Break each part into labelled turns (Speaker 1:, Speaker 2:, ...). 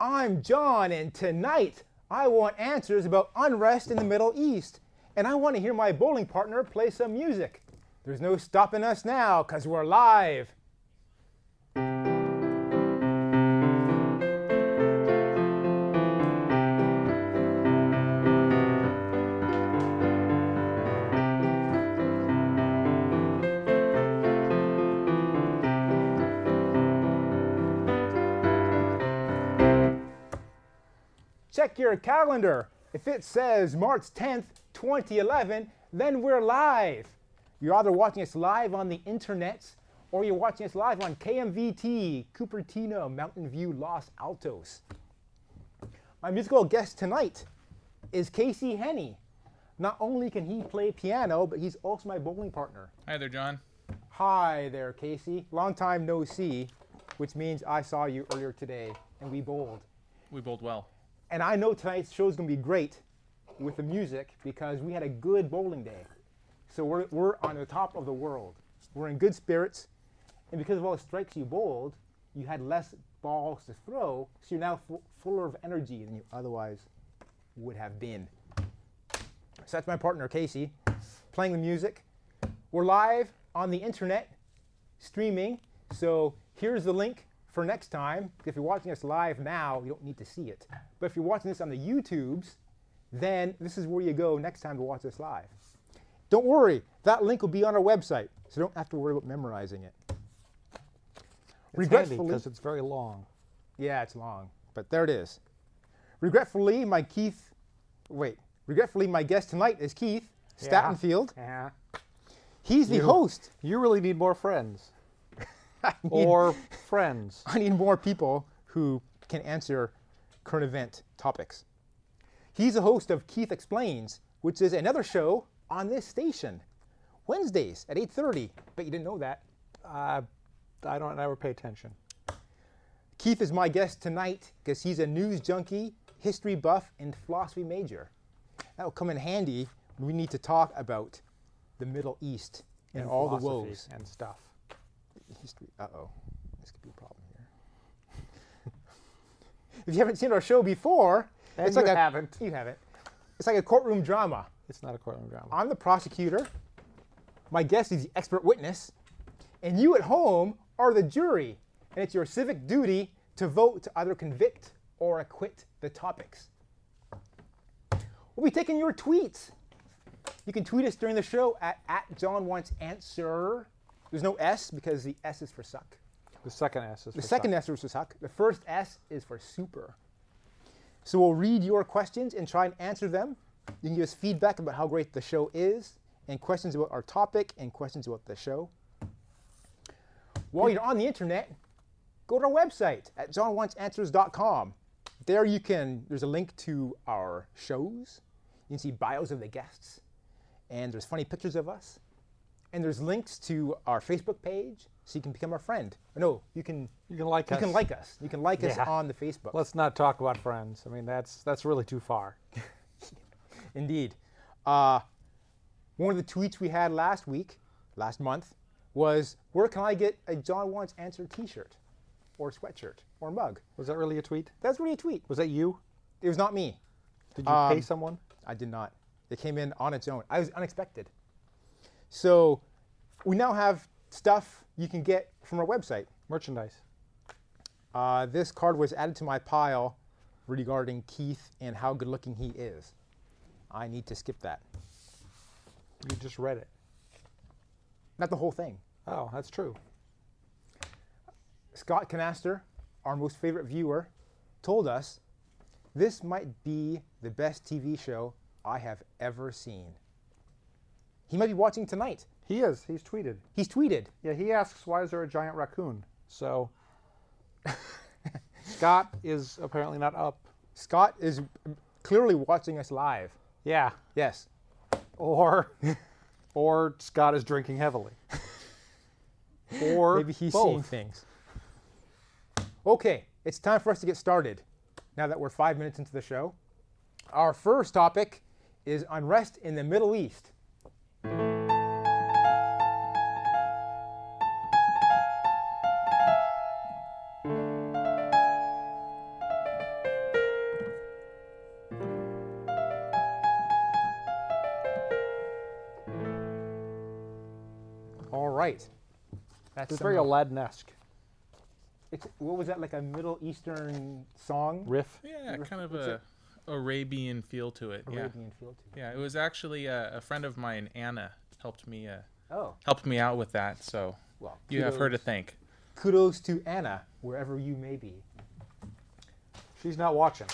Speaker 1: I'm John, and tonight I want answers about unrest in the Middle East, and I want to hear my bowling partner play some music. There's no stopping us now, because we're live. Check your calendar. If it says March 10th, 2011, then we're live. You're either watching us live on the internet or you're watching us live on KMVT, Cupertino, Mountain View, Los Altos. My musical guest tonight is Casey Henney. Not only can he play piano, but he's also my bowling partner.
Speaker 2: Hi there, John.
Speaker 1: Hi there, Casey. Long time no see, which means I saw you earlier today and we bowled.
Speaker 2: We bowled well.
Speaker 1: And I know tonight's show's gonna be great with the music because we had a good bowling day. So we're, we're on the top of the world. We're in good spirits. And because of all the strikes you bowled, you had less balls to throw, so you're now fu- fuller of energy than you otherwise would have been. So that's my partner, Casey, playing the music. We're live on the internet streaming. So here's the link for next time. If you're watching us live now, you don't need to see it. But if you're watching this on the YouTubes, then this is where you go next time to watch us live. Don't worry, that link will be on our website, so don't have to worry about memorizing it.
Speaker 3: It's handy because it's very long.
Speaker 1: Yeah, it's long, but there it is. Regretfully, my Keith, wait, regretfully, my guest tonight is Keith Statenfield.
Speaker 3: Yeah.
Speaker 1: He's the
Speaker 3: You-
Speaker 1: host.
Speaker 3: You really need more friends. or friends.
Speaker 1: I need more people who can answer current event topics. He's the host of Keith Explains, which is another show on this station, Wednesdays at 8:30. Bet you didn't know that.
Speaker 3: Uh, I don't ever pay attention.
Speaker 1: Keith is my guest tonight because he's a news junkie, history buff, and philosophy major. That will come in handy when we need to talk about the Middle East and, all the
Speaker 3: philosophy
Speaker 1: woes.
Speaker 3: and stuff.
Speaker 1: History. Uh oh, this could be a problem here. if you haven't seen our show before,
Speaker 3: Then
Speaker 1: it's like
Speaker 3: you
Speaker 1: a,
Speaker 3: haven't.
Speaker 1: You haven't. It's like a courtroom drama.
Speaker 3: It's not a courtroom drama.
Speaker 1: I'm the prosecutor. My guest is the expert witness, and you at home are the jury. And it's your civic duty to vote to either convict or acquit the topics. We'll be taking your tweets. You can tweet us during the show at, at John Wants Answer. There's no S because the S is for suck.
Speaker 3: the second S is
Speaker 1: The second S is for suck. The first S is for super. So we'll read your questions and try and answer them. You can give us feedback about how great the show is, and questions about our topic, and questions about the show. While you're on the internet, go to our website at johnwantsanswers.com. There you can, there's a link to our shows. You can see bios of the guests, and there's funny pictures of us. And there's links to our Facebook page, so you can become our friend. No, you can
Speaker 3: You can like
Speaker 1: mm, you
Speaker 3: us.
Speaker 1: can like us. You can like us
Speaker 3: Yeah.
Speaker 1: on the Facebook.
Speaker 3: Let's not talk about friends. I mean, that's that's really too far.
Speaker 1: Indeed. Uh, one of the tweets we had last week, last month, was where can I get a John Wants Answer t shirt or sweatshirt or mug?
Speaker 3: Was that really a tweet?
Speaker 1: That's really a tweet.
Speaker 3: Was that you?
Speaker 1: It was not me.
Speaker 3: Did you
Speaker 1: Um,
Speaker 3: pay someone?
Speaker 1: I did not. It came in on its own. I was unexpected. So we now have stuff you can get from our website.
Speaker 3: Merchandise.
Speaker 1: Uh, this card was added to my pile regarding Keith and how good looking he is. I need to skip that.
Speaker 3: You just read it.
Speaker 1: Not the whole thing.
Speaker 3: Oh, that's true.
Speaker 1: Scott Canaster, our most favorite viewer, told us this might be the best TV show I have ever seen. He might be watching tonight.
Speaker 3: He is. He's tweeted.
Speaker 1: He's tweeted.
Speaker 3: Yeah, he asks, why is there a giant raccoon? So Scott is apparently not up.
Speaker 1: Scott is clearly watching us live.
Speaker 3: Yeah.
Speaker 1: Yes.
Speaker 3: Or or Scott is drinking heavily. Or
Speaker 1: Maybe he's seeing
Speaker 3: both.
Speaker 1: things. Okay, it's time for us to get started. Now that we're five minutes into the show, our first topic is unrest in the Middle East. right. That's
Speaker 3: It's very
Speaker 1: somehow-
Speaker 3: Aladdin-esque
Speaker 1: It's, what was that like a Middle Eastern song?
Speaker 3: riff.
Speaker 1: You
Speaker 2: Yeah,
Speaker 1: ref-
Speaker 2: kind of
Speaker 1: what's
Speaker 2: a Arabian feel to it. Yeah,
Speaker 1: Arabian feel to it.
Speaker 2: yeah. It was actually uh, a, a friend of mine, Anna, helped me uh,
Speaker 1: Oh,
Speaker 2: helped me out with that. So
Speaker 1: well.
Speaker 2: you have her to
Speaker 1: kudos-
Speaker 2: thank.
Speaker 1: Kudos to Anna, wherever you may be.
Speaker 3: She's not watching.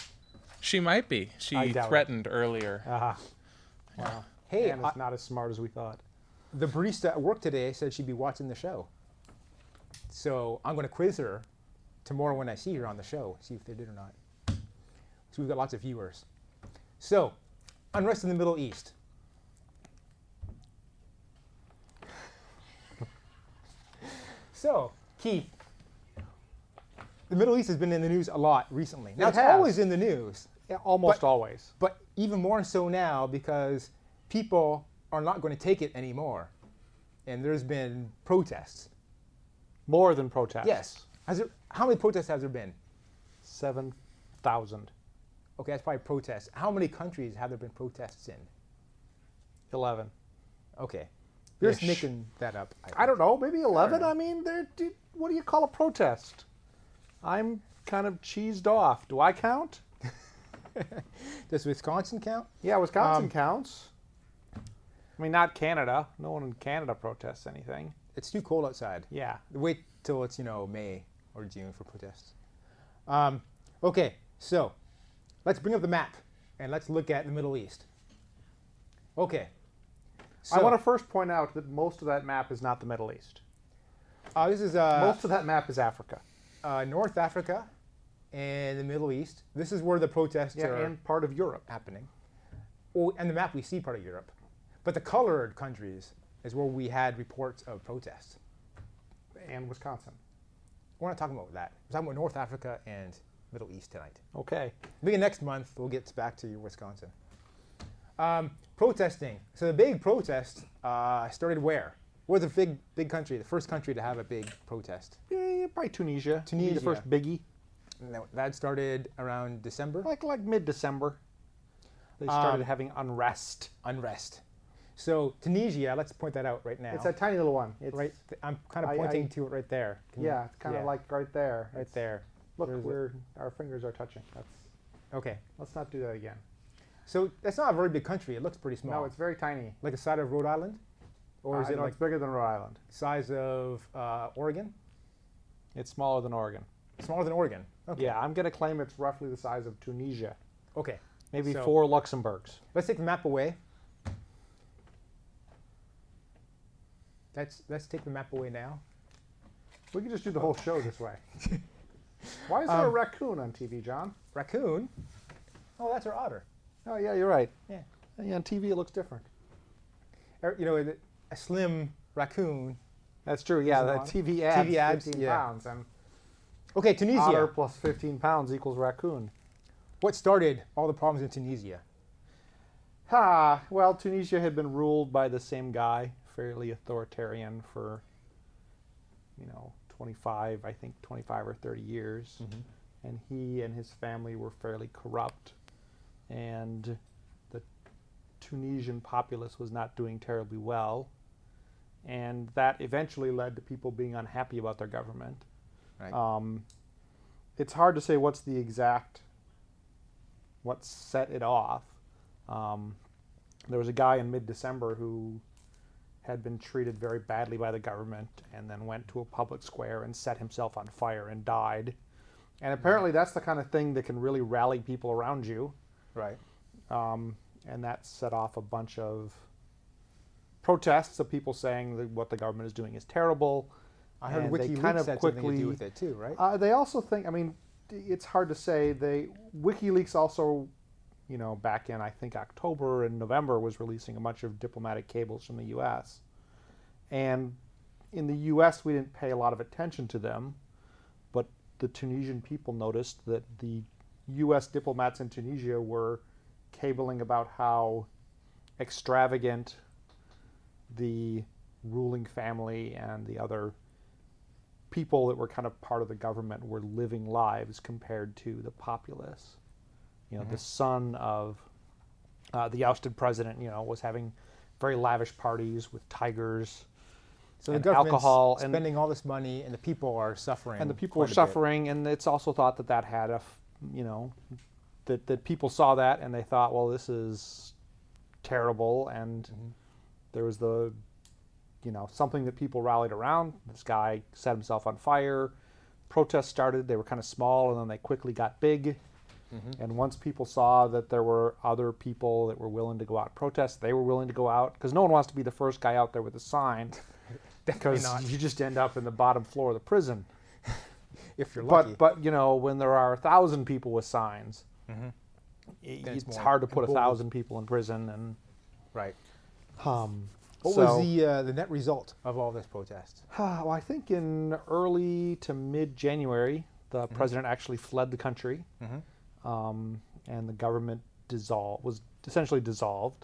Speaker 2: She might be. She
Speaker 3: I doubt it.
Speaker 2: threatened earlier.
Speaker 3: Ah,
Speaker 1: Hey,
Speaker 3: and
Speaker 1: I-
Speaker 3: it's not as smart as we thought.
Speaker 1: the barista at work today said she'd be watching the show. So I'm going to quiz her tomorrow when I see her on the show, see if they did or not. So we've got lots of viewers. So, unrest in the Middle East. so, Keith, the Middle East has been in the news a lot recently. Now,
Speaker 3: It
Speaker 1: it's
Speaker 3: has.
Speaker 1: always in the news.
Speaker 3: Yeah, almost always.
Speaker 1: But even more so now because people are not going to take it anymore. And there's been protests.
Speaker 3: More than protests.
Speaker 1: Yes. Has there, how many protests has there been?
Speaker 3: Seven thousand.
Speaker 1: Okay, that's probably protests. How many countries have there been protests in?
Speaker 3: Eleven.
Speaker 1: Okay. You're just
Speaker 3: Ish.
Speaker 1: making that up.
Speaker 3: I don't know, maybe 11.
Speaker 1: know.
Speaker 3: I, mean, they're, dude, what do you call a protest? I'm kind of cheesed off. Do I count?
Speaker 1: Does Wisconsin count?
Speaker 3: Yeah, Wisconsin
Speaker 1: Um,
Speaker 3: counts. I mean, not Canada. No one in Canada protests anything.
Speaker 1: It's too cold outside.
Speaker 3: Yeah.
Speaker 1: Wait till it's, you know, May or June for protests. Um, okay, so let's bring up the map and let's look at the Middle East. Okay.
Speaker 3: I
Speaker 1: so-
Speaker 3: want to first point out that most of that map is not the Middle East.
Speaker 1: Uh, this is uh,
Speaker 3: most of that map is Africa.
Speaker 1: uh, North Africa and the Middle East. This is where the protests
Speaker 3: Yeah,
Speaker 1: are
Speaker 3: and part of Europe.
Speaker 1: happening. Well, and the map we see part of Europe, but the colored countries is where we had reports of protests.
Speaker 3: And Wisconsin.
Speaker 1: We're not talking about that. We're talking about North Africa and Middle East tonight.
Speaker 3: Okay.
Speaker 1: Maybe next month we'll get back to your Wisconsin. Um, protesting. So the big protest uh, started where? Where's the big big country? The first country to have a big protest.
Speaker 3: Yeah, probably Tunisia. Be
Speaker 1: Tunisia.
Speaker 3: The first biggie.
Speaker 1: And that- that started around December.
Speaker 3: Like, like Um, mid December, they started having uh, unrest.
Speaker 1: unrest. So Tunisia, let's point that out right now.
Speaker 3: It's a tiny little one. It's,
Speaker 1: right, th- I'm kind of
Speaker 3: I-
Speaker 1: pointing
Speaker 3: I-
Speaker 1: to it right there. Can you-
Speaker 3: Yeah, it's kind of
Speaker 1: yeah,
Speaker 3: like right there.
Speaker 1: right
Speaker 3: It's-
Speaker 1: there.
Speaker 3: Look,
Speaker 1: Where is it?
Speaker 3: we're, our fingers are touching. That's,
Speaker 1: Okay,
Speaker 3: let's not do that again.
Speaker 1: so that's not a very big country. It looks pretty small.
Speaker 3: No, it's very tiny.
Speaker 1: like the size of Rhode Island, or is
Speaker 3: Uh,
Speaker 1: it
Speaker 3: no,
Speaker 1: like
Speaker 3: it's bigger than Rhode Island?
Speaker 1: size of uh, Oregon?
Speaker 3: It's smaller than Oregon.
Speaker 1: Smaller than Oregon. Okay.
Speaker 3: Yeah, I'm going to claim it's roughly the size of Tunisia.
Speaker 1: Okay.
Speaker 3: Maybe
Speaker 1: So-
Speaker 3: four Luxembourgs.
Speaker 1: Let's take the map away. Let's let's take the map away now.
Speaker 3: We could just do the whole show this way. Why is there a raccoon on TV, John?
Speaker 1: Raccoon. Oh, that's our otter.
Speaker 3: Oh, yeah, you're right.
Speaker 1: Yeah.
Speaker 3: Yeah, on TV it looks different.
Speaker 1: Er, You know, the- a slim raccoon.
Speaker 3: That's true. Yeah,
Speaker 1: Isn't
Speaker 3: the
Speaker 1: it on?
Speaker 3: TV adds
Speaker 1: TV adds,
Speaker 3: 15
Speaker 1: yeah.
Speaker 3: pounds, and
Speaker 1: Okay, Tunisia.
Speaker 3: otter plus 15 pounds equals raccoon.
Speaker 1: What started all the problems in Tunisia?
Speaker 3: Ha! Well, Tunisia had been ruled by the same guy, fairly authoritarian, for, you know, 25, I think 25 or 30 years. And he and his family were fairly corrupt. And the Tunisian populace was not doing terribly well. And that eventually led to people being unhappy about their government.
Speaker 1: Right.
Speaker 3: Um, it's hard to say what's the exact what set it off. Um, there was a guy in mid-December who had been treated very badly by the government, and then went to a public square and set himself on fire and died. And apparently, that's the kind of thing that can really rally people around you,
Speaker 1: right.
Speaker 3: um, and that set off a bunch of protests of people saying that what the government is doing is terrible.
Speaker 1: I heard
Speaker 3: and they
Speaker 1: WikiLeaks
Speaker 3: kind of
Speaker 1: had something to
Speaker 3: quickly-
Speaker 1: do with it too, right?
Speaker 3: Uh, they also think. I mean, d- it's hard to say. They WikiLeaks also, you know, back in I think October and November was releasing a bunch of diplomatic cables from the U.S. And in the U.S., we didn't pay a lot of attention to them, but the Tunisian people noticed that the U.S. diplomats in Tunisia were cabling about how extravagant the ruling family and the other people that were kind of part of the government were living lives compared to the populace. You know, the son of uh, the ousted president, you know, was having very lavish parties with tigers
Speaker 1: So
Speaker 3: and
Speaker 1: the government's
Speaker 3: alcohol and-
Speaker 1: spending all this money, and the people are suffering.
Speaker 3: and the people were
Speaker 1: quite a bit.
Speaker 3: suffering and it's also thought that that had a f- you know that that people saw that and they thought well this is terrible and
Speaker 1: Mm-hmm.
Speaker 3: there was the you know something that people rallied around this guy set himself on fire protests started they were kind of small and then they quickly got big
Speaker 1: Mm-hmm.
Speaker 3: and once people saw that there were other people that were willing to go out and protest they were willing to go out because no one wants to be the first guy out there with a sign because
Speaker 1: not.
Speaker 3: you just end up in the bottom floor of the prison
Speaker 1: If you're lucky,
Speaker 3: but but you know when there are a thousand people with signs, i-
Speaker 1: Mm-hmm. Then it's
Speaker 3: it's,
Speaker 1: more
Speaker 3: hard to put a
Speaker 1: controlled.
Speaker 3: thousand people in prison. And
Speaker 1: right.
Speaker 3: um,
Speaker 1: What
Speaker 3: so-
Speaker 1: was the uh, the net result of all this protest?
Speaker 3: well, I think in early to mid January, the
Speaker 1: Mm-hmm.
Speaker 3: president actually fled the country, um, and the government dissolved was essentially dissolved.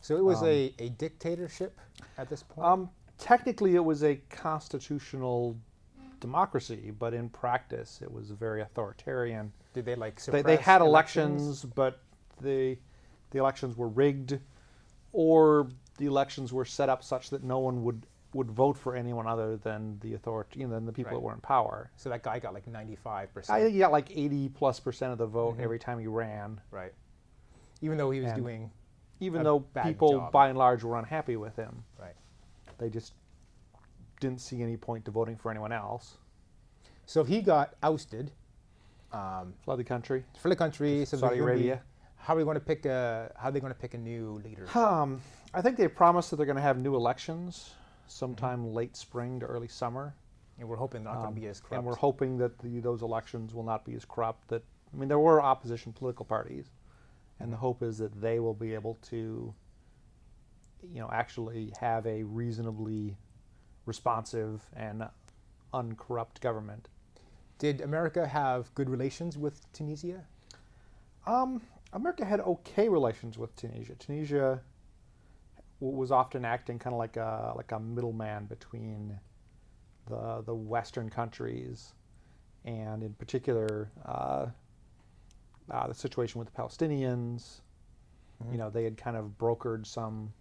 Speaker 1: So it was a, a dictatorship at this point.
Speaker 3: Um, technically, it was a constitutional democracy, but in practice, it was very authoritarian.
Speaker 1: Did they like
Speaker 3: they,
Speaker 1: suppress
Speaker 3: they had elections, but the the elections were rigged, or the elections were set up such that no one would would vote for anyone other than the authority, you know, than the people that
Speaker 1: Right.
Speaker 3: were in power.
Speaker 1: So that guy got like ninety five
Speaker 3: I
Speaker 1: percent,
Speaker 3: think he got like eighty plus percent of the vote
Speaker 1: Mm-hmm.
Speaker 3: every time he ran,
Speaker 1: right? Even though he was
Speaker 3: And-
Speaker 1: doing
Speaker 3: even
Speaker 1: A
Speaker 3: though
Speaker 1: bad
Speaker 3: people
Speaker 1: job.
Speaker 3: by and large were unhappy with him.
Speaker 1: right.
Speaker 3: They just didn't see any point to voting for anyone else.
Speaker 1: So he got ousted. Um,
Speaker 3: Flood the country.
Speaker 1: for the country. So
Speaker 3: Saudi
Speaker 1: there's gonna be-
Speaker 3: Arabia.
Speaker 1: how are we going to pick a? How are they going to pick a new leader?
Speaker 3: Um, I think they promised that they're going to have new elections sometime
Speaker 1: Mm-hmm.
Speaker 3: late spring to early summer.
Speaker 1: And we're hoping not going to be as corrupt.
Speaker 3: Um, And we're hoping that the, those elections will not be as corrupt. That I mean, there were opposition political parties, and the hope is that they will be able to, you know, actually have a reasonably responsive and uncorrupt government.
Speaker 1: Did America have good relations with Tunisia?
Speaker 3: Um, America had okay relations with Tunisia. Tunisia w- was often acting kind of like a like a middleman between the the Western countries, and in particular, uh, uh, the situation with the Palestinians. You know, they had kind of brokered some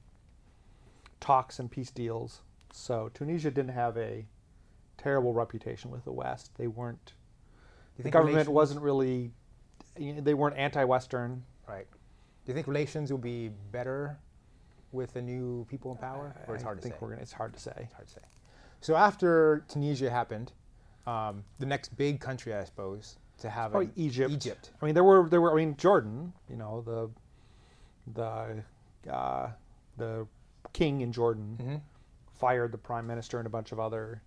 Speaker 3: talks and peace deals. So Tunisia didn't have a terrible reputation with the West. They weren't.
Speaker 1: Do you
Speaker 3: The
Speaker 1: think
Speaker 3: government
Speaker 1: relations-
Speaker 3: wasn't really. you know, They weren't anti-Western.
Speaker 1: right. Do you think relations will be better with the new people in power, or it's hard
Speaker 3: I
Speaker 1: to
Speaker 3: think
Speaker 1: say?
Speaker 3: we're gonna. It's hard to say.
Speaker 1: Hard to say. So after Tunisia happened, um, the next big country, I suppose, to have
Speaker 3: Probably
Speaker 1: an-
Speaker 3: Egypt.
Speaker 1: Egypt.
Speaker 3: I mean, there were there were. I mean, Jordan. You know the the uh, the king in Jordan
Speaker 1: Mm-hmm.
Speaker 3: fired the prime minister and a bunch of other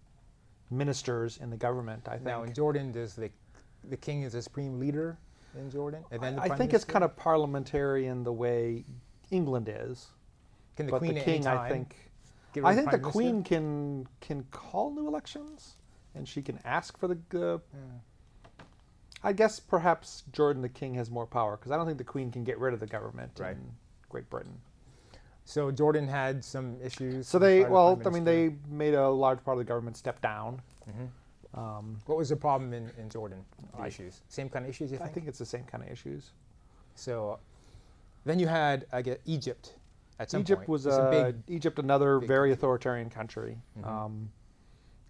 Speaker 3: ministers in the government. I think.
Speaker 1: Now in Jordan, does the the king is the supreme leader in Jordan, and then the
Speaker 3: I
Speaker 1: prime
Speaker 3: think it's
Speaker 1: minister?
Speaker 3: kind of parliamentarian the way England is,
Speaker 1: Can the
Speaker 3: but
Speaker 1: queen
Speaker 3: the
Speaker 1: at any
Speaker 3: king, I
Speaker 1: time
Speaker 3: think.
Speaker 1: get rid
Speaker 3: I
Speaker 1: of
Speaker 3: think the
Speaker 1: prime minister?
Speaker 3: queen can can call new elections, and she can ask for the. Uh, I guess perhaps Jordan the king has more power because I don't think the queen can get rid of the government
Speaker 1: Right.
Speaker 3: in Great Britain.
Speaker 1: So Jordan had some issues.
Speaker 3: So
Speaker 1: with
Speaker 3: they
Speaker 1: prior
Speaker 3: well, I
Speaker 1: prime
Speaker 3: mean,
Speaker 1: minister.
Speaker 3: they made a large part of the government step down.
Speaker 1: What was the problem in, in Jordan? The issues. Same kind of issues, you
Speaker 3: I
Speaker 1: think?
Speaker 3: think it's the same kind of issues.
Speaker 1: So then you had I guess Egypt. At some
Speaker 3: Egypt
Speaker 1: point.
Speaker 3: was uh,
Speaker 1: It's
Speaker 3: a, Egypt another
Speaker 1: big Mm-hmm.
Speaker 3: very authoritarian country. Um,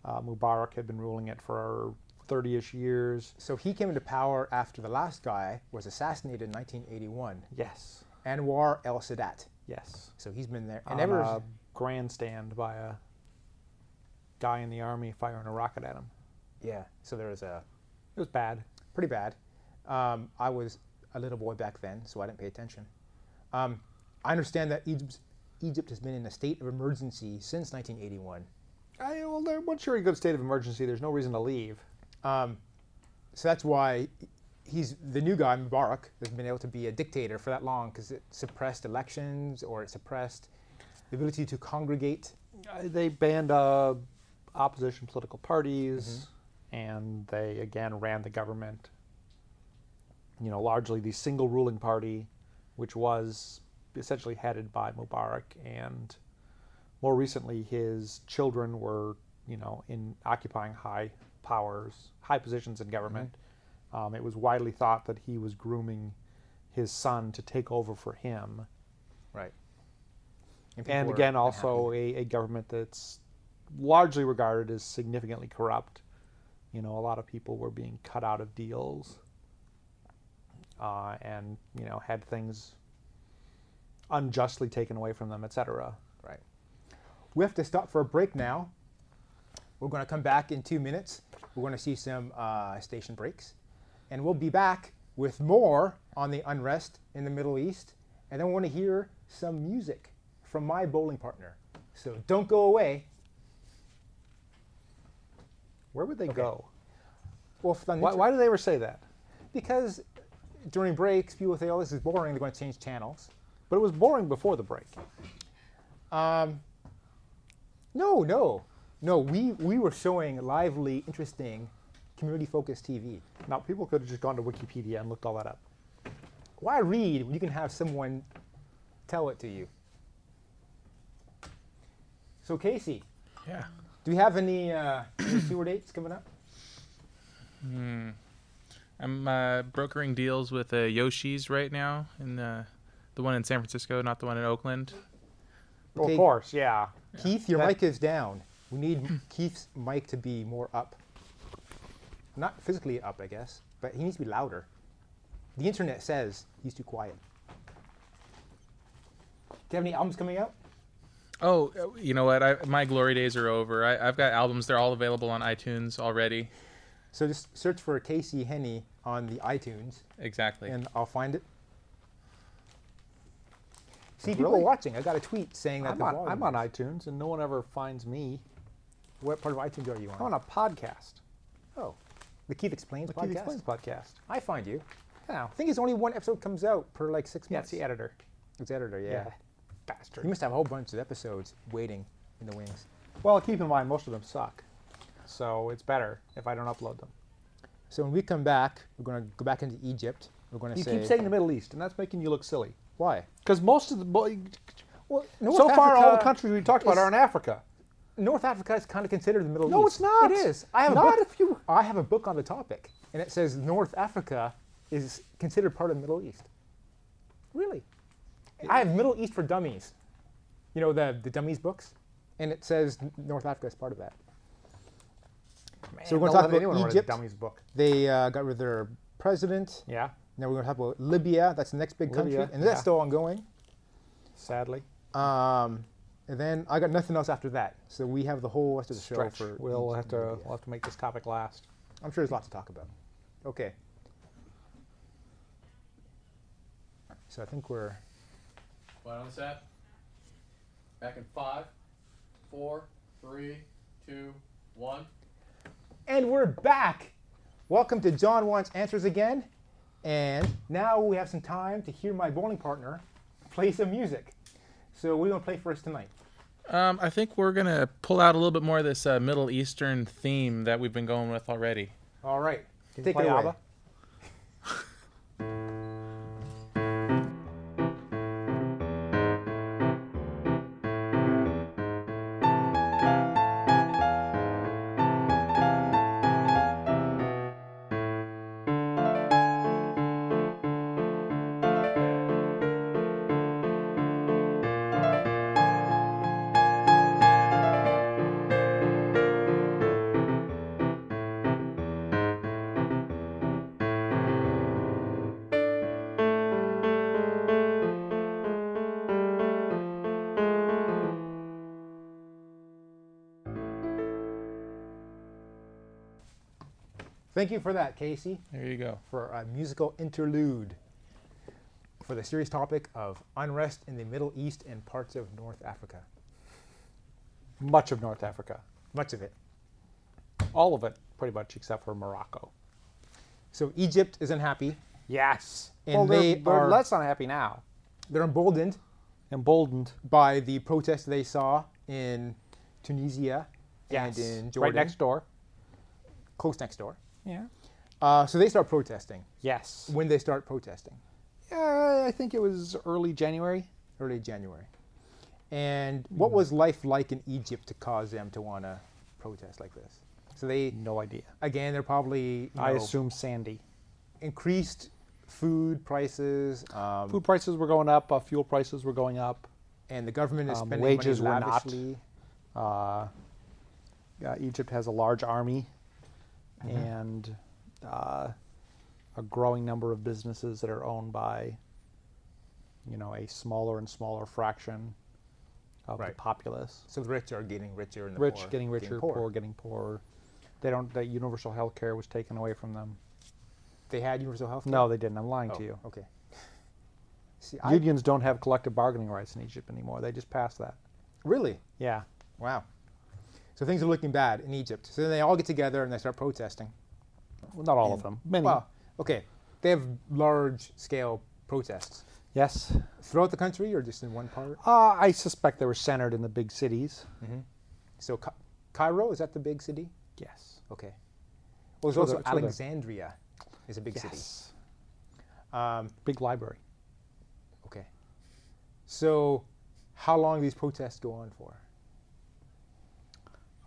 Speaker 3: uh, Mubarak had been ruling it for thirty-ish years.
Speaker 1: So he came into power after the last guy was assassinated in 1981,
Speaker 3: Yes,
Speaker 1: Anwar el Sadat.
Speaker 3: yes.
Speaker 1: So he's been there
Speaker 3: on
Speaker 1: and ever.
Speaker 3: a grandstand by a guy in the army firing a rocket at him.
Speaker 1: yeah. So there was a
Speaker 3: It was bad.
Speaker 1: pretty bad. Um, I was a little boy back then, so I didn't pay attention. Um, I understand that Egypt, Egypt has been in a state of emergency since 1981.
Speaker 3: I, well, there- once you're in a good state of emergency, there's no reason to leave.
Speaker 1: So that's why he's the new guy, Mubarak, has been able to be a dictator for that long because it suppressed elections or it suppressed the ability to congregate.
Speaker 3: Uh, They banned uh, opposition political parties, and they again ran the government. You know, largely the single ruling party, which was essentially headed by Mubarak, and more recently his children were, you know, in occupying high powers, high positions in government. Um, it was widely thought that he was grooming his son to take over for him
Speaker 1: Right.
Speaker 3: and
Speaker 1: people are unhappy.
Speaker 3: again also a, a government that's largely regarded as significantly corrupt. You know, a lot of people were being cut out of deals, uh, and you know had things unjustly taken away from them, etc.
Speaker 1: Right. We have to stop for a break now. We're going to come back in two minutes. We're going to see some uh, station breaks. And we'll be back with more on the unrest in the Middle East. And then we want to hear some music from my bowling partner. So don't go away.
Speaker 3: Where would they go?
Speaker 1: Well, if on
Speaker 3: Why,
Speaker 1: inter-
Speaker 3: why do they ever say that?
Speaker 1: Because during breaks, people say, oh, this is boring. They're going to change channels.
Speaker 3: But it was boring before the break.
Speaker 1: No, no. No, we, we were showing lively, interesting, community focused TV.
Speaker 3: Now people could have just gone to Wikipedia and looked all that up.
Speaker 1: Why read when you can have someone tell it to you? So, Casey,
Speaker 2: Yeah.
Speaker 1: do we have any, uh, any tour dates coming up?
Speaker 2: I'm uh, brokering deals with uh, Yoshi's right now, in the, the one in San Francisco, not the one in Oakland.
Speaker 3: Well,
Speaker 1: Okay.
Speaker 3: Of course, yeah. Hmm.
Speaker 1: Keith, your
Speaker 3: That-
Speaker 1: mic is down. We need Keith's mic to be more up. Not physically up, I guess, but he needs to be louder. The internet says he's too quiet. Do you have any albums coming out?
Speaker 2: Oh, uh, you know what? I, my glory days are over. I, I've got albums. They're all available on iTunes already.
Speaker 1: So just search for Casey Henney on the iTunes,
Speaker 2: Exactly.
Speaker 1: and I'll find it. See, people are
Speaker 3: Really?
Speaker 1: watching. I got a tweet saying that
Speaker 3: I'm
Speaker 1: the
Speaker 3: on,
Speaker 1: volume
Speaker 3: I'm on
Speaker 1: is-
Speaker 3: iTunes, and no one ever finds me.
Speaker 1: What part of iTunes are you
Speaker 3: I'm on
Speaker 1: on?
Speaker 3: a podcast.
Speaker 1: Oh, the Keith Explains
Speaker 3: The
Speaker 1: podcast.
Speaker 3: Keith Explains podcast. Oh,
Speaker 1: I find you.
Speaker 3: Now,
Speaker 1: I think it's only one episode comes out per like six
Speaker 3: yeah, it's
Speaker 1: months.
Speaker 3: the editor.
Speaker 1: It's editor, yeah. You
Speaker 3: bastard.
Speaker 1: must have a whole bunch of episodes waiting in the wings.
Speaker 3: Well, keep in mind, most of them suck, so it's better if I don't upload them.
Speaker 1: So when we come back, we're going to go back into Egypt. We're going to
Speaker 3: You
Speaker 1: say
Speaker 3: keep saying the Middle East, and that's making you look silly.
Speaker 1: why?
Speaker 3: Because most of the bo-
Speaker 1: Well,
Speaker 3: so far, all the
Speaker 1: Africa-
Speaker 3: countries we talked about
Speaker 1: is-
Speaker 3: are in Africa.
Speaker 1: North Africa is kind of considered the Middle East.
Speaker 3: No, it's not.
Speaker 1: It is. I have
Speaker 3: Not
Speaker 1: a book.
Speaker 3: if you-
Speaker 1: I have a book on the topic, and it says North Africa is considered part of the Middle East. Really? I have Middle East for Dummies. You know the the dummies books, and it says North Africa is part of that. so we're going to
Speaker 3: Don't
Speaker 1: talk
Speaker 3: let anyone
Speaker 1: about
Speaker 3: read a
Speaker 1: Egypt.
Speaker 3: Dummy's book.
Speaker 1: They uh, got rid of their president.
Speaker 3: Yeah,
Speaker 1: Now we're going to talk about Libya. That's the next big country,
Speaker 3: Libya,
Speaker 1: and that's
Speaker 3: yeah.
Speaker 1: still ongoing.
Speaker 3: sadly.
Speaker 1: Um, and then I got nothing else after that. So we have the whole rest of the
Speaker 3: Stretch.
Speaker 1: show for.
Speaker 3: We'll
Speaker 1: Egypt
Speaker 3: have
Speaker 1: and
Speaker 3: to
Speaker 1: Libya.
Speaker 3: we'll have to make this topic last.
Speaker 1: I'm sure there's lots to talk about. Okay. So I think we're
Speaker 4: Final set. Back in five, four, three, two, one.
Speaker 1: and we're back. Welcome to John Wants Answers again, and now we have some time to hear my bowling partner play some music. So we're gonna play for us tonight.
Speaker 2: Um, I think we're gonna pull out a little bit more of this uh, Middle Eastern theme that we've been going with already.
Speaker 1: All right,
Speaker 3: Can you
Speaker 1: take
Speaker 3: play
Speaker 1: it away.
Speaker 3: ABBA?
Speaker 1: Thank you for that, Casey,
Speaker 2: There you go.
Speaker 1: for a musical interlude for the serious topic of unrest in the Middle East and parts of North Africa.
Speaker 3: Much of North Africa,
Speaker 1: Much of it.
Speaker 3: all of it, pretty much, except for Morocco.
Speaker 1: So Egypt isn't happy.
Speaker 3: Yes.
Speaker 1: And
Speaker 3: well,
Speaker 1: they
Speaker 3: they're, they're
Speaker 1: are-
Speaker 3: less unhappy now.
Speaker 1: They're emboldened
Speaker 3: Emboldened.
Speaker 1: by the protests they saw in Tunisia and in Jordan,
Speaker 3: Right next door.
Speaker 1: close next door.
Speaker 3: Yeah.
Speaker 1: Uh, so they start protesting.
Speaker 3: Yes.
Speaker 1: When they start protesting,
Speaker 3: Uh, I think it was early January.
Speaker 1: early January. And what was
Speaker 3: Hmm.
Speaker 1: life like in Egypt to cause them to want to protest like this? So they,
Speaker 3: No idea.
Speaker 1: again, they're probably you
Speaker 3: I
Speaker 1: know,
Speaker 3: assume Sandy.
Speaker 1: increased food prices, um,
Speaker 3: Food prices were going up. Uh, fuel prices were going up.
Speaker 1: and the government is
Speaker 3: Um,
Speaker 1: spending
Speaker 3: wages were
Speaker 1: money
Speaker 3: not.
Speaker 1: lavishly.
Speaker 3: Uh, uh, Egypt has a large army and uh, a growing number of businesses that are owned by, you know, a smaller and smaller fraction of the
Speaker 1: Right.
Speaker 3: populace.
Speaker 1: So the rich are getting richer and the
Speaker 3: Rich
Speaker 1: poor
Speaker 3: getting richer, poor. getting poorer. They don't. That universal health care was taken away from them.
Speaker 1: They had universal health.
Speaker 3: No, they didn't. I'm lying
Speaker 1: oh,
Speaker 3: to you.
Speaker 1: Okay. See, I
Speaker 3: Unions don't have collective bargaining rights in Egypt anymore. They just passed that.
Speaker 1: really
Speaker 3: Yeah.
Speaker 1: wow. So things are looking bad in Egypt. So then they all get together and they start protesting.
Speaker 3: Well, not all of
Speaker 1: And-
Speaker 3: them. Many.
Speaker 1: Well, okay, they have large scale protests
Speaker 3: yes.
Speaker 1: throughout the country or just in one part.
Speaker 3: Uh, I suspect they were centered in the big cities.
Speaker 1: So Ca- Cairo is that the big city?
Speaker 3: Yes.
Speaker 1: Okay. Well, there's
Speaker 3: So
Speaker 1: also
Speaker 3: they're- so they're-
Speaker 1: Alexandria is a big city.
Speaker 3: Yes.
Speaker 1: Um,
Speaker 3: Big library.
Speaker 1: okay. So how long do these protests go on for?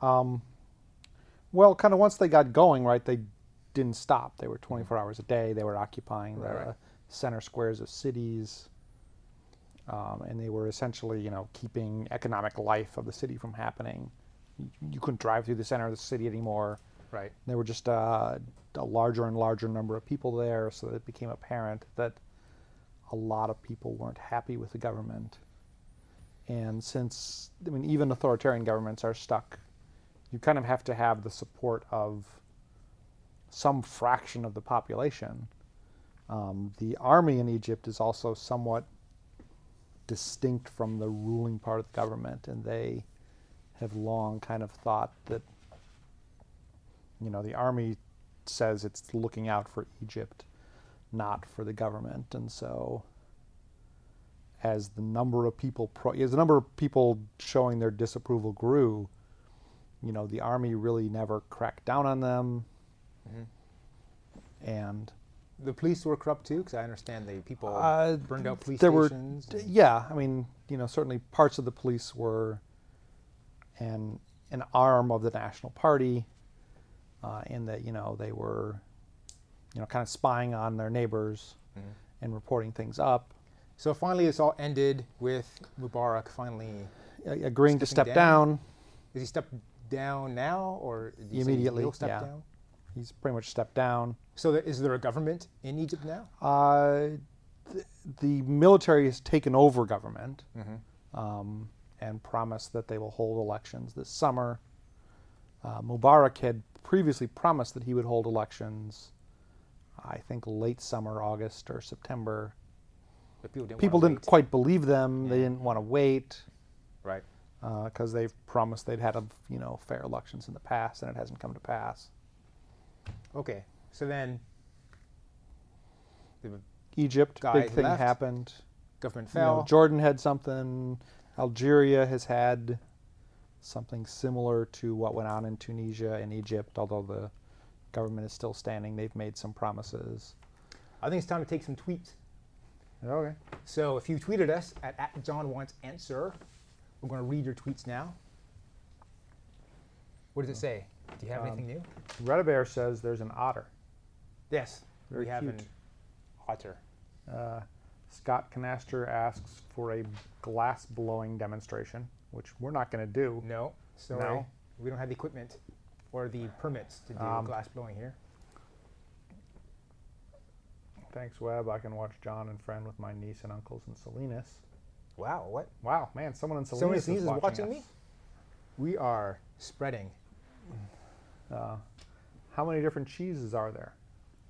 Speaker 3: Um, well, kind of once they got going, right, they didn't stop. They were 24 hours a day. They were occupying
Speaker 1: Right,
Speaker 3: the
Speaker 1: right.
Speaker 3: center squares of cities. Um, and they were essentially, you know, keeping economic life of the city from happening. You, you couldn't drive through the center of the city anymore.
Speaker 1: Right.
Speaker 3: There were just uh, a larger and larger number of people there, so it became apparent that a lot of people weren't happy with the government. And since, I mean, even authoritarian governments are stuck, you kind of have to have the support of some fraction of the population. Um, the army in Egypt is also somewhat distinct from the ruling part of the government, and they have long kind of thought that you know the army says it's looking out for Egypt, not for the government, and so as the number of people pro- as the number of people showing their disapproval grew, you know the army really never cracked down on them, and
Speaker 1: The police were corrupt too, because I understand the people
Speaker 3: Uh,
Speaker 1: burned out police
Speaker 3: there were
Speaker 1: stations.
Speaker 3: d-
Speaker 1: and-
Speaker 3: yeah i mean you know certainly parts of the police were an an arm of the national party uh, in that you know they were you know kind of spying on their neighbors
Speaker 1: Mm-hmm.
Speaker 3: and reporting things up
Speaker 1: So finally, this all ended with Mubarak finally.
Speaker 3: a- agreeing to
Speaker 1: Stepping
Speaker 3: step
Speaker 1: down?
Speaker 3: down.
Speaker 1: Is he stepped down now, or did you say
Speaker 3: Immediately,
Speaker 1: He'll step
Speaker 3: yeah.
Speaker 1: down.
Speaker 3: he's pretty much stepped down
Speaker 1: So there, is there a government in Egypt now?
Speaker 3: Uh, th- the military has taken over government
Speaker 1: Mm-hmm.
Speaker 3: um, and promised that they will hold elections this summer. Uh, Mubarak had previously promised that he would hold elections, I think, late summer, August or September.
Speaker 1: But people didn't.
Speaker 3: People
Speaker 1: wanna
Speaker 3: didn't
Speaker 1: wait,
Speaker 3: quite believe them. They didn't want to wait
Speaker 1: Right.
Speaker 3: because they've promised they'd had, a, you know, fair elections in the past, and it hasn't come to pass.
Speaker 1: Okay. So then, the
Speaker 3: Egypt,
Speaker 1: Guy
Speaker 3: big
Speaker 1: who
Speaker 3: thing
Speaker 1: left.
Speaker 3: happened.
Speaker 1: government
Speaker 3: you know,
Speaker 1: fell.
Speaker 3: Jordan had something. Algeria has had something similar to what went on in Tunisia and Egypt, although the government is still standing. They've made some promises.
Speaker 1: I think it's time to take some tweets.
Speaker 3: Okay.
Speaker 1: So if you tweeted us at, at John Wants Answer, we're going to read your tweets now. What does it
Speaker 3: Oh.
Speaker 1: say? Do you have anything
Speaker 3: Um,
Speaker 1: new?
Speaker 3: Red Bear says there's an otter.
Speaker 1: Yes, we
Speaker 3: very
Speaker 1: have
Speaker 3: cute.
Speaker 1: an otter.
Speaker 3: Uh, Scott Canaster asks for a glass blowing demonstration, which we're not going to do.
Speaker 1: No, sorry.
Speaker 3: No.
Speaker 1: We don't have the equipment or the permits to do
Speaker 3: Um,
Speaker 1: glass blowing here.
Speaker 3: Thanks, Webb. I can watch John and Friend with my niece and uncles in Salinas.
Speaker 1: Wow, what?
Speaker 3: Wow, man, someone in Salinas,
Speaker 1: Someone
Speaker 3: is,
Speaker 1: sneezes
Speaker 3: watching,
Speaker 1: watching
Speaker 3: us.
Speaker 1: me? We are spreading.
Speaker 3: How many different cheeses are there?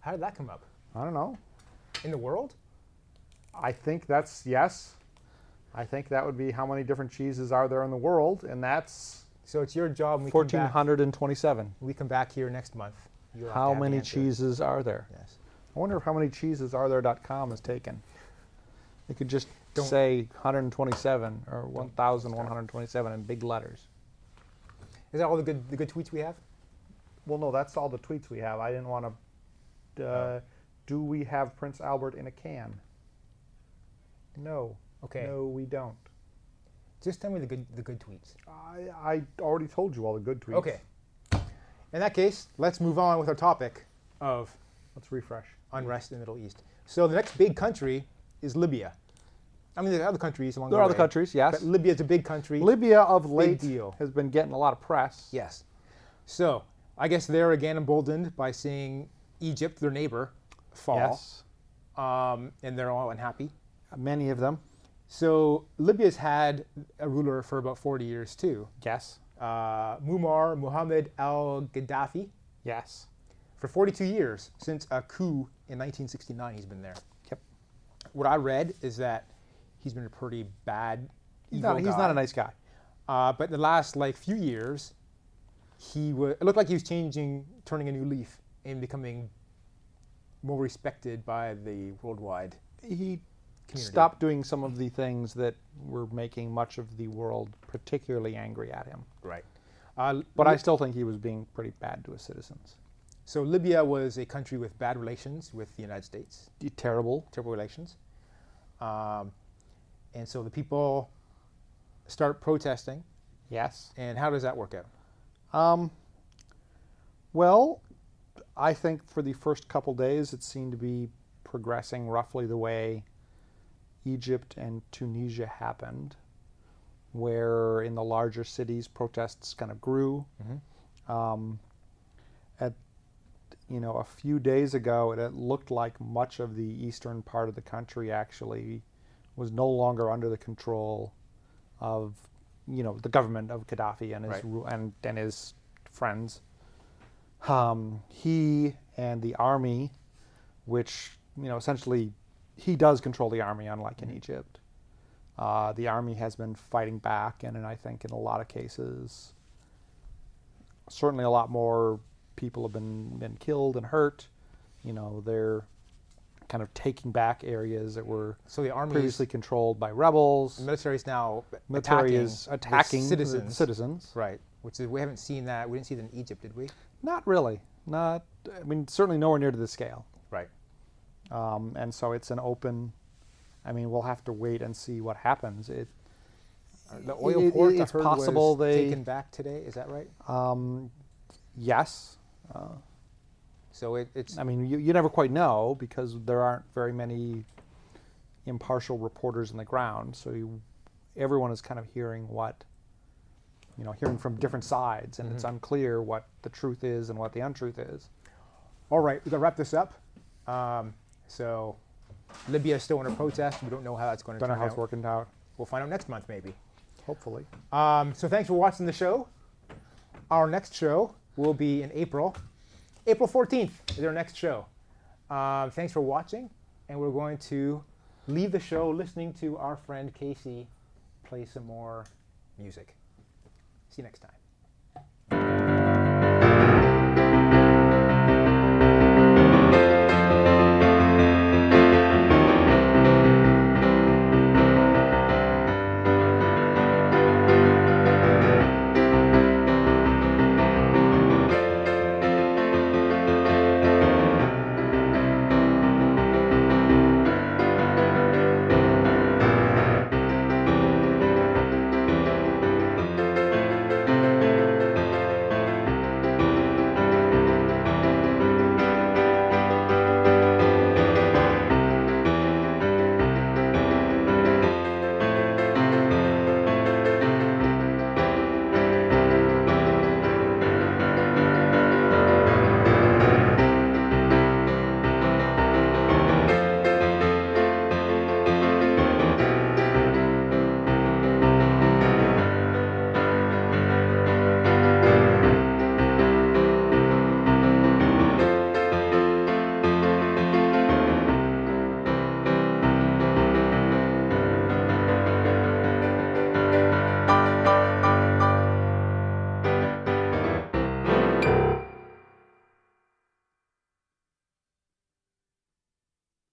Speaker 1: How did that come up?
Speaker 3: I don't know.
Speaker 1: In the world?
Speaker 3: I think that's yes. I think that would be how many different cheeses are there in the world, and that's
Speaker 1: So it's your job. When we
Speaker 3: fourteen
Speaker 1: Come back,
Speaker 3: hundred and twenty-seven.
Speaker 1: when we come back here next month. you'll have to
Speaker 3: How
Speaker 1: have the
Speaker 3: many
Speaker 1: answer.
Speaker 3: cheeses are there?
Speaker 1: Yes.
Speaker 3: I wonder if how many cheeses are there.com is taken. They could just
Speaker 1: Don't-
Speaker 3: say 127 or 1,127 in big letters.
Speaker 1: Is that all the good the good tweets we have?
Speaker 3: Well, no, that's all the tweets we have. I didn't want to. Uh, Do we have Prince Albert in a can? No.
Speaker 1: Okay.
Speaker 3: No, we don't.
Speaker 1: Just tell me the good the good tweets.
Speaker 3: I, I already told you all the good tweets.
Speaker 1: Okay. In that case, let's move on with our topic of
Speaker 3: Let's refresh.
Speaker 1: unrest in the Middle East. So the next big country is Libya. I mean, there are other countries along
Speaker 3: There
Speaker 1: the
Speaker 3: are other
Speaker 1: way,
Speaker 3: countries, yes.
Speaker 1: But Libya's a big country.
Speaker 3: Libya of late
Speaker 1: deal.
Speaker 3: has been getting a lot of press.
Speaker 1: yes. So I guess they're again emboldened by seeing Egypt, their neighbor, fall,
Speaker 3: Yes.
Speaker 1: um, and they're all unhappy.
Speaker 3: Many of them.
Speaker 1: So Libya's had a ruler for about 40 years too,
Speaker 3: Yes.
Speaker 1: uh, Muammar Mohammed al-Gaddafi,
Speaker 3: Yes.
Speaker 1: for 42 years since a coup in 1969. He's been there.
Speaker 3: Yep.
Speaker 1: What I read is that he's been a pretty bad.
Speaker 3: No,
Speaker 1: evil
Speaker 3: he's not
Speaker 1: guy.
Speaker 3: a nice guy.
Speaker 1: Uh, but in the last like few years, he was. It looked like he was changing, turning a new leaf, and becoming more respected by the worldwide.
Speaker 3: He
Speaker 1: Community.
Speaker 3: stopped doing some of the things that were making much of the world particularly angry at him.
Speaker 1: Right. Uh,
Speaker 3: But I still think he was being pretty bad to his citizens.
Speaker 1: so Libya was a country with bad relations with the United States,
Speaker 3: D- Terrible.
Speaker 1: terrible relations, um, and so the people start protesting.
Speaker 3: Yes.
Speaker 1: And how does that work out?
Speaker 3: Um, well, I think for the first couple days, it seemed to be progressing roughly the way Egypt and Tunisia happened, where in the larger cities, protests kind of grew. Um, at you know, a few days ago, it, it looked like much of the eastern part of the country actually was no longer under the control of you know the government of Gaddafi and his
Speaker 1: Right.
Speaker 3: ru- and and his friends. Um, he and the army, which you know essentially, he does control the army, unlike
Speaker 1: Mm-hmm.
Speaker 3: in Egypt. Uh, the army has been fighting back, and, and I think in a lot of cases, certainly a lot more people have been been killed and hurt. You know, they're kind of taking back areas that were
Speaker 1: So the army is
Speaker 3: previously controlled by rebels.
Speaker 1: The military is now
Speaker 3: Military
Speaker 1: attacking
Speaker 3: is
Speaker 1: the
Speaker 3: attacking the
Speaker 1: citizens.
Speaker 3: citizens.
Speaker 1: Right. Which is we haven't seen that. We didn't see that in Egypt, did we?
Speaker 3: Not really. Not. I mean, certainly nowhere near to the scale.
Speaker 1: Right.
Speaker 3: Um, and so it's an open. I mean, we'll have to wait and see what happens. It
Speaker 1: The oil
Speaker 3: It- it-
Speaker 1: port I
Speaker 3: it's
Speaker 1: heard
Speaker 3: possible
Speaker 1: was
Speaker 3: they-
Speaker 1: taken back today. Is that right?
Speaker 3: Um, yes.
Speaker 1: So it, it's
Speaker 3: I mean, you, you never quite know because there aren't very many impartial reporters on the ground. So you, everyone is kind of hearing what, you know, hearing from different sides, and it's unclear what the truth is and what the untruth is.
Speaker 1: all right. We gotta wrap this up. Um, so Libya is still under protest. We don't know how that's going to
Speaker 3: Don't know
Speaker 1: turn
Speaker 3: how it's
Speaker 1: out.
Speaker 3: working out.
Speaker 1: We'll find out next month, maybe.
Speaker 3: Hopefully,
Speaker 1: Um, so thanks for watching the show. Our next show will be in April. April 14th is our next show. Um, thanks for watching, and we're going to leave the show listening to our friend Casey play some more music. See you next time.